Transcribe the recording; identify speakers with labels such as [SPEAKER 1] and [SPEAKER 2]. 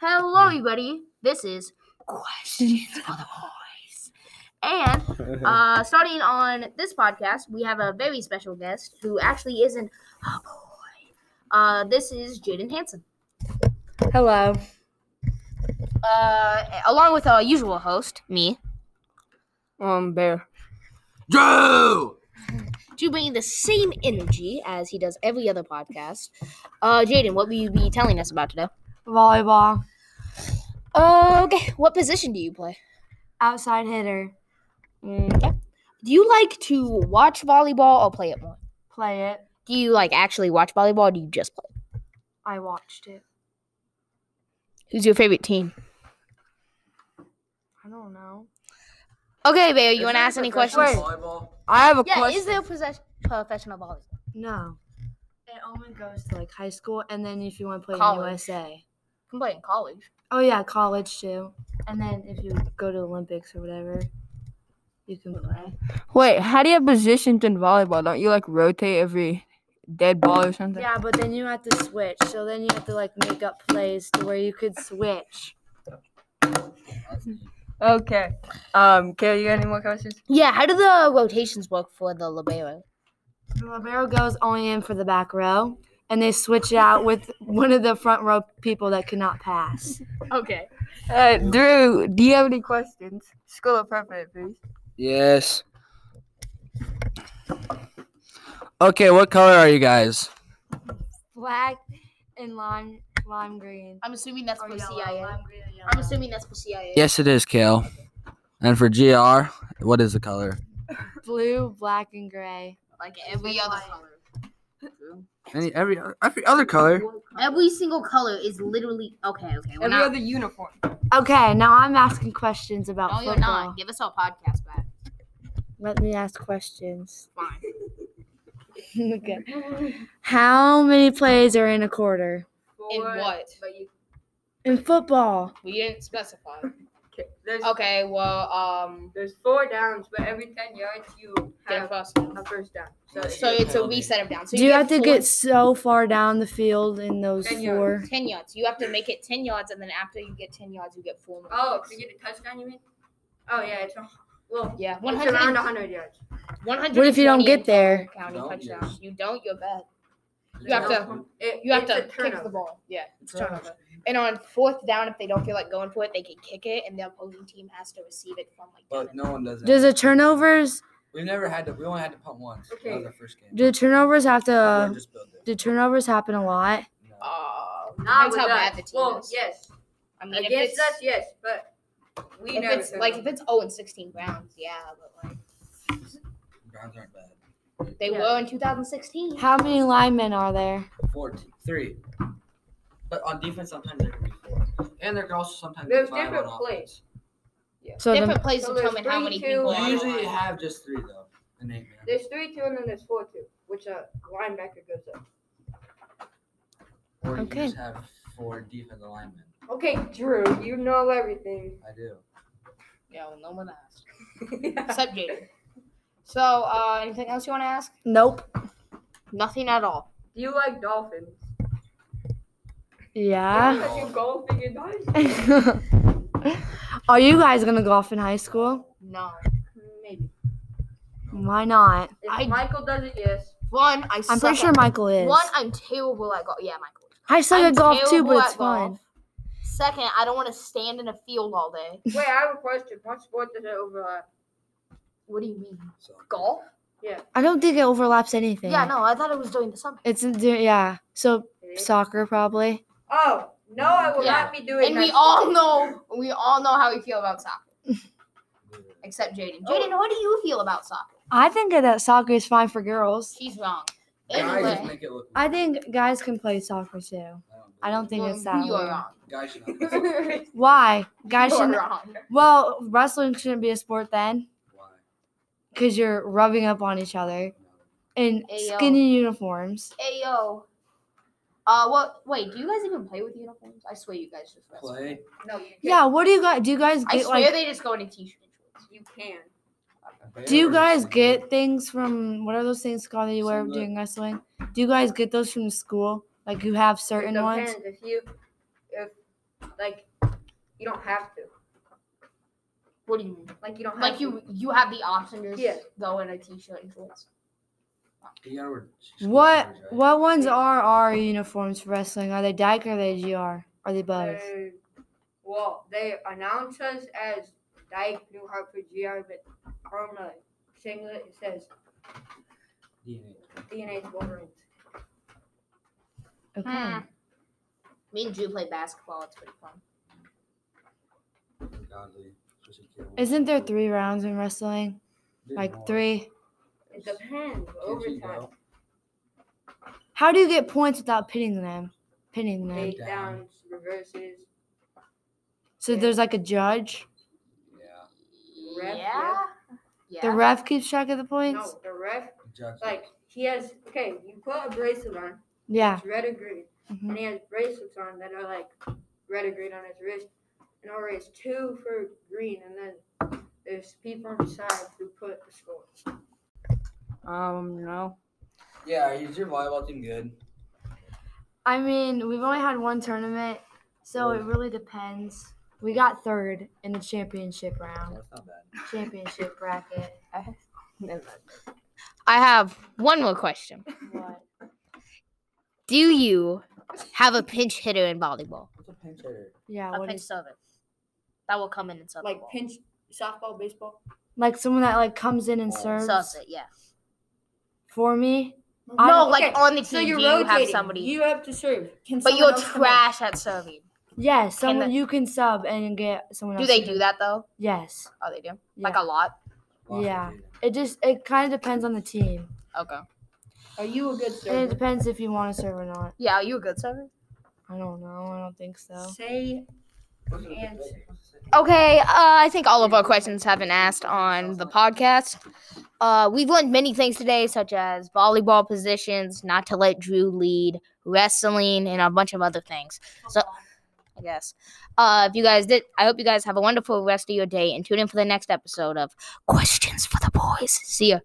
[SPEAKER 1] Hello,
[SPEAKER 2] Hmm.
[SPEAKER 1] everybody. This is Questions for the Boys. And uh, starting on this podcast, we have a very special guest who actually isn't a boy. Uh, this is Jaden Hanson,
[SPEAKER 2] Hello.
[SPEAKER 1] uh, along with our usual host, me,
[SPEAKER 2] Um, Bear.
[SPEAKER 3] Joe!
[SPEAKER 1] to bring the same energy as he does every other podcast. Uh, Jaden, what will you be telling us about today?
[SPEAKER 2] Volleyball.
[SPEAKER 1] Okay, what position do you play?
[SPEAKER 2] Outside hitter.
[SPEAKER 1] Okay. Mm, Do you like to watch volleyball or play it more?
[SPEAKER 2] Play it.
[SPEAKER 1] Do you like actually watch volleyball or do you just play?
[SPEAKER 2] I watched it.
[SPEAKER 1] Who's your favorite team?
[SPEAKER 2] I don't know.
[SPEAKER 1] Okay, Bayo, you want to ask any questions?
[SPEAKER 2] I have a
[SPEAKER 1] Yeah,
[SPEAKER 2] question.
[SPEAKER 1] is there possess- professional volleyball?
[SPEAKER 2] no. It only goes to like high school, and then if you want to play
[SPEAKER 1] College.
[SPEAKER 2] in USA.
[SPEAKER 1] Can play in college.
[SPEAKER 2] Oh yeah, college too. And then if you go to Olympics or whatever, you can play.
[SPEAKER 4] Wait, how do you have positions in volleyball? Don't you like rotate every dead ball or something?
[SPEAKER 2] Yeah, but then you have to switch. So then you have to like make up plays to where you could switch.
[SPEAKER 4] Okay. Um, Kayla, you got any more questions?
[SPEAKER 1] Yeah, how do the rotations work for the libero?
[SPEAKER 2] The libero goes only in for the back row, and they switch it out with one of the front row people that cannot pass.
[SPEAKER 1] Okay.
[SPEAKER 4] Uh, Drew, do you have any questions? School of Perfect, please.
[SPEAKER 3] Yes. Okay, what color are you guys?
[SPEAKER 2] Black and lime, lime green.
[SPEAKER 1] I'm assuming that's
[SPEAKER 2] Or
[SPEAKER 1] for
[SPEAKER 2] yellow,
[SPEAKER 1] CIA.
[SPEAKER 2] lime green and
[SPEAKER 1] Oh, I'm
[SPEAKER 2] yellow.
[SPEAKER 1] assuming that's for CIA.
[SPEAKER 3] Yes, it is, Kale. And for GR, what is the color?
[SPEAKER 2] blue, black, and gray.
[SPEAKER 1] Like every other color.
[SPEAKER 3] Any every every other color.
[SPEAKER 1] Every single color is literally okay. Okay, we're not.
[SPEAKER 4] uniform.
[SPEAKER 2] Okay, now I'm asking questions about
[SPEAKER 1] No,
[SPEAKER 2] football.
[SPEAKER 1] you're not. Give us our podcast back.
[SPEAKER 2] Let me ask questions.
[SPEAKER 1] Fine.
[SPEAKER 2] okay. How many plays are in a quarter
[SPEAKER 1] In what?
[SPEAKER 2] in football?
[SPEAKER 1] We didn't specify.
[SPEAKER 4] There's,
[SPEAKER 1] Okay, well, um,
[SPEAKER 4] there's four downs, but every 10 yards you
[SPEAKER 1] get a first down.
[SPEAKER 4] a first down.
[SPEAKER 1] So it's a reset of down. So
[SPEAKER 2] Do you have to
[SPEAKER 1] four-
[SPEAKER 2] get so far down the field in those
[SPEAKER 4] Ten
[SPEAKER 2] four?
[SPEAKER 1] 10 yards. You have to make it 10 yards, and then after you get 10 yards, you get four more. yards.
[SPEAKER 4] get a touchdown, Oh, you mean? Oh, yeah, it's, well,
[SPEAKER 1] yeah. 100,
[SPEAKER 4] 100 yards.
[SPEAKER 1] 100
[SPEAKER 2] What if you don't get there?
[SPEAKER 1] County
[SPEAKER 3] Don't
[SPEAKER 1] touchdown.
[SPEAKER 3] use-
[SPEAKER 1] You don't, you're bad. You have to- You have to kick the ball. Yeah, it's turnover. And on fourth down, if they don't feel like going for it, they can kick it, and the opposing team has to receive it from like. down
[SPEAKER 5] But
[SPEAKER 1] and-
[SPEAKER 5] no one does that.
[SPEAKER 2] Does the turnovers
[SPEAKER 5] We've never had to. We only had to punt once. That was our first game.
[SPEAKER 2] do the turnovers have
[SPEAKER 5] Everyone
[SPEAKER 2] to
[SPEAKER 5] just built it.
[SPEAKER 2] do turnovers happen a lot?
[SPEAKER 5] No.
[SPEAKER 1] Uh,
[SPEAKER 4] Not
[SPEAKER 1] depends
[SPEAKER 4] with
[SPEAKER 1] how
[SPEAKER 4] us.
[SPEAKER 1] bad the team
[SPEAKER 4] Well,
[SPEAKER 1] is.
[SPEAKER 4] yes.
[SPEAKER 1] I mean, if
[SPEAKER 4] Against
[SPEAKER 1] it's,
[SPEAKER 4] us, yes, but we
[SPEAKER 1] if
[SPEAKER 4] never.
[SPEAKER 1] it's like if it's 0 and 16 rounds, yeah, but like
[SPEAKER 5] Browns aren't bad.
[SPEAKER 1] they
[SPEAKER 4] Yeah.
[SPEAKER 1] were in 2016.
[SPEAKER 2] How many linemen are there?
[SPEAKER 5] Four, t- three. But on defense, sometimes there can be four, and there can also sometimes
[SPEAKER 4] There's
[SPEAKER 5] be five
[SPEAKER 4] different
[SPEAKER 5] on
[SPEAKER 4] plays.
[SPEAKER 2] So the,
[SPEAKER 1] Different plays
[SPEAKER 4] so there's
[SPEAKER 1] determine how
[SPEAKER 4] three,
[SPEAKER 1] many
[SPEAKER 4] two,
[SPEAKER 1] people
[SPEAKER 5] offense.
[SPEAKER 1] are
[SPEAKER 5] We
[SPEAKER 1] on the
[SPEAKER 5] usually
[SPEAKER 1] line.
[SPEAKER 5] have just three though. An eight man.
[SPEAKER 4] There's three two and then there's four two, which a linebacker goes up.
[SPEAKER 5] Or you
[SPEAKER 2] Okay.
[SPEAKER 5] just have four defensive linemen.
[SPEAKER 4] Okay, Drew, you know everything.
[SPEAKER 5] I do.
[SPEAKER 1] Yeah, well, no one asked. Except Jaden. So, uh, anything else you want to ask?
[SPEAKER 2] nope.
[SPEAKER 1] Nothing at all.
[SPEAKER 4] Do you like dolphins?
[SPEAKER 2] Yeah.
[SPEAKER 4] Because you golfing in high school?
[SPEAKER 2] Are you guys gonna golf in high school?
[SPEAKER 1] No.
[SPEAKER 4] Maybe.
[SPEAKER 2] Why not?
[SPEAKER 4] If
[SPEAKER 1] I-
[SPEAKER 4] Michael does it, yes.
[SPEAKER 1] One, I
[SPEAKER 2] I'm pretty
[SPEAKER 1] suck
[SPEAKER 2] sure
[SPEAKER 1] at-
[SPEAKER 2] Michael is.
[SPEAKER 1] One, I'm terrible at golf. Yeah, Michael.
[SPEAKER 2] I suck
[SPEAKER 1] I'm
[SPEAKER 2] at golf too,
[SPEAKER 1] terrible
[SPEAKER 2] but it's
[SPEAKER 1] at golf.
[SPEAKER 2] fun.
[SPEAKER 1] Second, I don't want to stand in a field all day.
[SPEAKER 4] Wait, I have a question. What sport does it overlap?
[SPEAKER 1] What do you mean?
[SPEAKER 5] So
[SPEAKER 1] Golf?
[SPEAKER 2] I don't think it overlaps anything.
[SPEAKER 1] Yeah, no, I thought it was during the summer.
[SPEAKER 2] It's in- yeah. So soccer probably.
[SPEAKER 4] Oh no, I will
[SPEAKER 1] Yeah.
[SPEAKER 4] not be doing
[SPEAKER 1] and
[SPEAKER 4] that.
[SPEAKER 1] we all know, we all know how we feel about soccer, except Jaden.
[SPEAKER 4] Oh.
[SPEAKER 1] Jaden, how do you feel about soccer?
[SPEAKER 2] I think that soccer is fine for girls.
[SPEAKER 1] She's wrong.
[SPEAKER 5] Guys just
[SPEAKER 1] Anyway,
[SPEAKER 5] make it look.
[SPEAKER 2] I think guys can play soccer too. I don't think
[SPEAKER 1] well,
[SPEAKER 2] it's that.
[SPEAKER 1] you are
[SPEAKER 2] way.
[SPEAKER 1] wrong.
[SPEAKER 5] Guys should not.
[SPEAKER 2] Why? Guys
[SPEAKER 1] You are
[SPEAKER 2] shouldn't.
[SPEAKER 1] wrong.
[SPEAKER 2] Well, wrestling shouldn't be a sport then,
[SPEAKER 5] Why?
[SPEAKER 2] because you're rubbing up on each other
[SPEAKER 5] No.
[SPEAKER 2] in
[SPEAKER 1] Ayo.
[SPEAKER 2] skinny uniforms.
[SPEAKER 1] Ayo. Uh, what? Wait, do you guys even play with uniforms? I swear you guys just wrestle.
[SPEAKER 5] Play.
[SPEAKER 4] No, you can't.
[SPEAKER 2] Yeah. What do you guys? Do you guys
[SPEAKER 1] I
[SPEAKER 2] get
[SPEAKER 1] swear
[SPEAKER 2] like?
[SPEAKER 1] they just go in a t-shirt. and shorts.
[SPEAKER 4] You can.
[SPEAKER 2] Do you guys get things from what are those things called that you wear
[SPEAKER 5] Singlet.
[SPEAKER 2] during wrestling? Do you guys get those from school? Like you have certain
[SPEAKER 4] it
[SPEAKER 2] ones?
[SPEAKER 4] depends If you, if like You don't have to.
[SPEAKER 6] What do you mean?
[SPEAKER 4] Like you don't have
[SPEAKER 6] Like
[SPEAKER 4] to.
[SPEAKER 6] you you have the option to just
[SPEAKER 4] Yeah.
[SPEAKER 6] go in a t-shirt and shorts.
[SPEAKER 5] You gotta wear school
[SPEAKER 2] What
[SPEAKER 5] clothes, right?
[SPEAKER 2] what ones are our uniforms for wrestling? Are they Dyke or are they GR? Are they both?
[SPEAKER 4] They- well, they announce us as Dyke New Hartford GR, but on the singlet it says
[SPEAKER 5] DNA.
[SPEAKER 4] DNA's Wolverines.
[SPEAKER 2] Okay.
[SPEAKER 6] Hmm. Me and Drew play basketball. It's pretty fun.
[SPEAKER 5] Godly. Especially kids.
[SPEAKER 2] Isn't there three rounds in wrestling?
[SPEAKER 5] Didn't know.
[SPEAKER 2] Like three?
[SPEAKER 4] It depends.
[SPEAKER 5] Kids eat
[SPEAKER 4] Overtime.
[SPEAKER 5] out.
[SPEAKER 2] How do you get points without pitting them? Pinning them.
[SPEAKER 4] Eight downs, reverses.
[SPEAKER 2] So there's like a judge.
[SPEAKER 5] Yeah.
[SPEAKER 4] Ref,
[SPEAKER 6] yeah. Yeah.
[SPEAKER 2] The ref keeps track of the points.
[SPEAKER 4] No, the ref,
[SPEAKER 5] Judge it.
[SPEAKER 4] like, he has, okay, you put a bracelet on,
[SPEAKER 2] Yeah.
[SPEAKER 4] it's red or green,
[SPEAKER 2] Mhm.
[SPEAKER 4] and he has bracelets on that are like red or green on his wrist, and I'll raise two for green, and then there's people on the side who put the score.
[SPEAKER 7] Um, no.
[SPEAKER 5] Yeah, is your volleyball team good?
[SPEAKER 2] I mean, we've only had one tournament, so it really depends. We got third in the championship round,
[SPEAKER 5] That's not bad.
[SPEAKER 2] championship bracket.
[SPEAKER 1] I have one more question.
[SPEAKER 2] What?
[SPEAKER 1] Do you have a pinch hitter in volleyball?
[SPEAKER 5] What's a pinch hitter?
[SPEAKER 2] Yeah,
[SPEAKER 6] A
[SPEAKER 2] what
[SPEAKER 6] pinch
[SPEAKER 2] is
[SPEAKER 6] server. That will come in and serve.
[SPEAKER 4] Like
[SPEAKER 6] the
[SPEAKER 4] pinch, softball, baseball.
[SPEAKER 2] like someone that like comes in and
[SPEAKER 5] Oh.
[SPEAKER 6] ball.
[SPEAKER 2] serves
[SPEAKER 6] Serves it, yeah.
[SPEAKER 2] for me? I
[SPEAKER 6] No,
[SPEAKER 2] don't- Oh,
[SPEAKER 6] like on the team,
[SPEAKER 4] So you're
[SPEAKER 6] do you
[SPEAKER 4] rotating.
[SPEAKER 6] have somebody,
[SPEAKER 4] You have to serve. Can
[SPEAKER 6] but
[SPEAKER 4] someone
[SPEAKER 6] you're
[SPEAKER 4] else come in?
[SPEAKER 6] trash at serving.
[SPEAKER 2] Yes, someone
[SPEAKER 6] the-
[SPEAKER 2] you can sub and get someone
[SPEAKER 6] Do
[SPEAKER 2] else.
[SPEAKER 6] they
[SPEAKER 2] to
[SPEAKER 6] do that though?
[SPEAKER 2] Yes.
[SPEAKER 6] Oh, they do. Like
[SPEAKER 2] Yeah.
[SPEAKER 6] a lot.
[SPEAKER 5] Lost
[SPEAKER 2] Yeah.
[SPEAKER 5] the team.
[SPEAKER 2] It just it kind of depends on the team,
[SPEAKER 6] Okay.
[SPEAKER 4] Are you a good
[SPEAKER 2] and it
[SPEAKER 4] server?
[SPEAKER 2] depends if you want to serve or not.
[SPEAKER 6] Yeah, are you a good server?
[SPEAKER 2] I don't know. I don't think so.
[SPEAKER 4] Say
[SPEAKER 5] What's the-
[SPEAKER 4] Answer.
[SPEAKER 5] what's the-
[SPEAKER 1] Okay, uh, I think all of our questions have been asked on the podcast. Uh, we've learned many things today, such as volleyball positions, not to let Drew lead, wrestling, and a bunch of other things. So, I guess. Uh, if you guys did, I hope you guys have a wonderful rest of your day and tune in for the next episode of Questions for the Boys. See ya.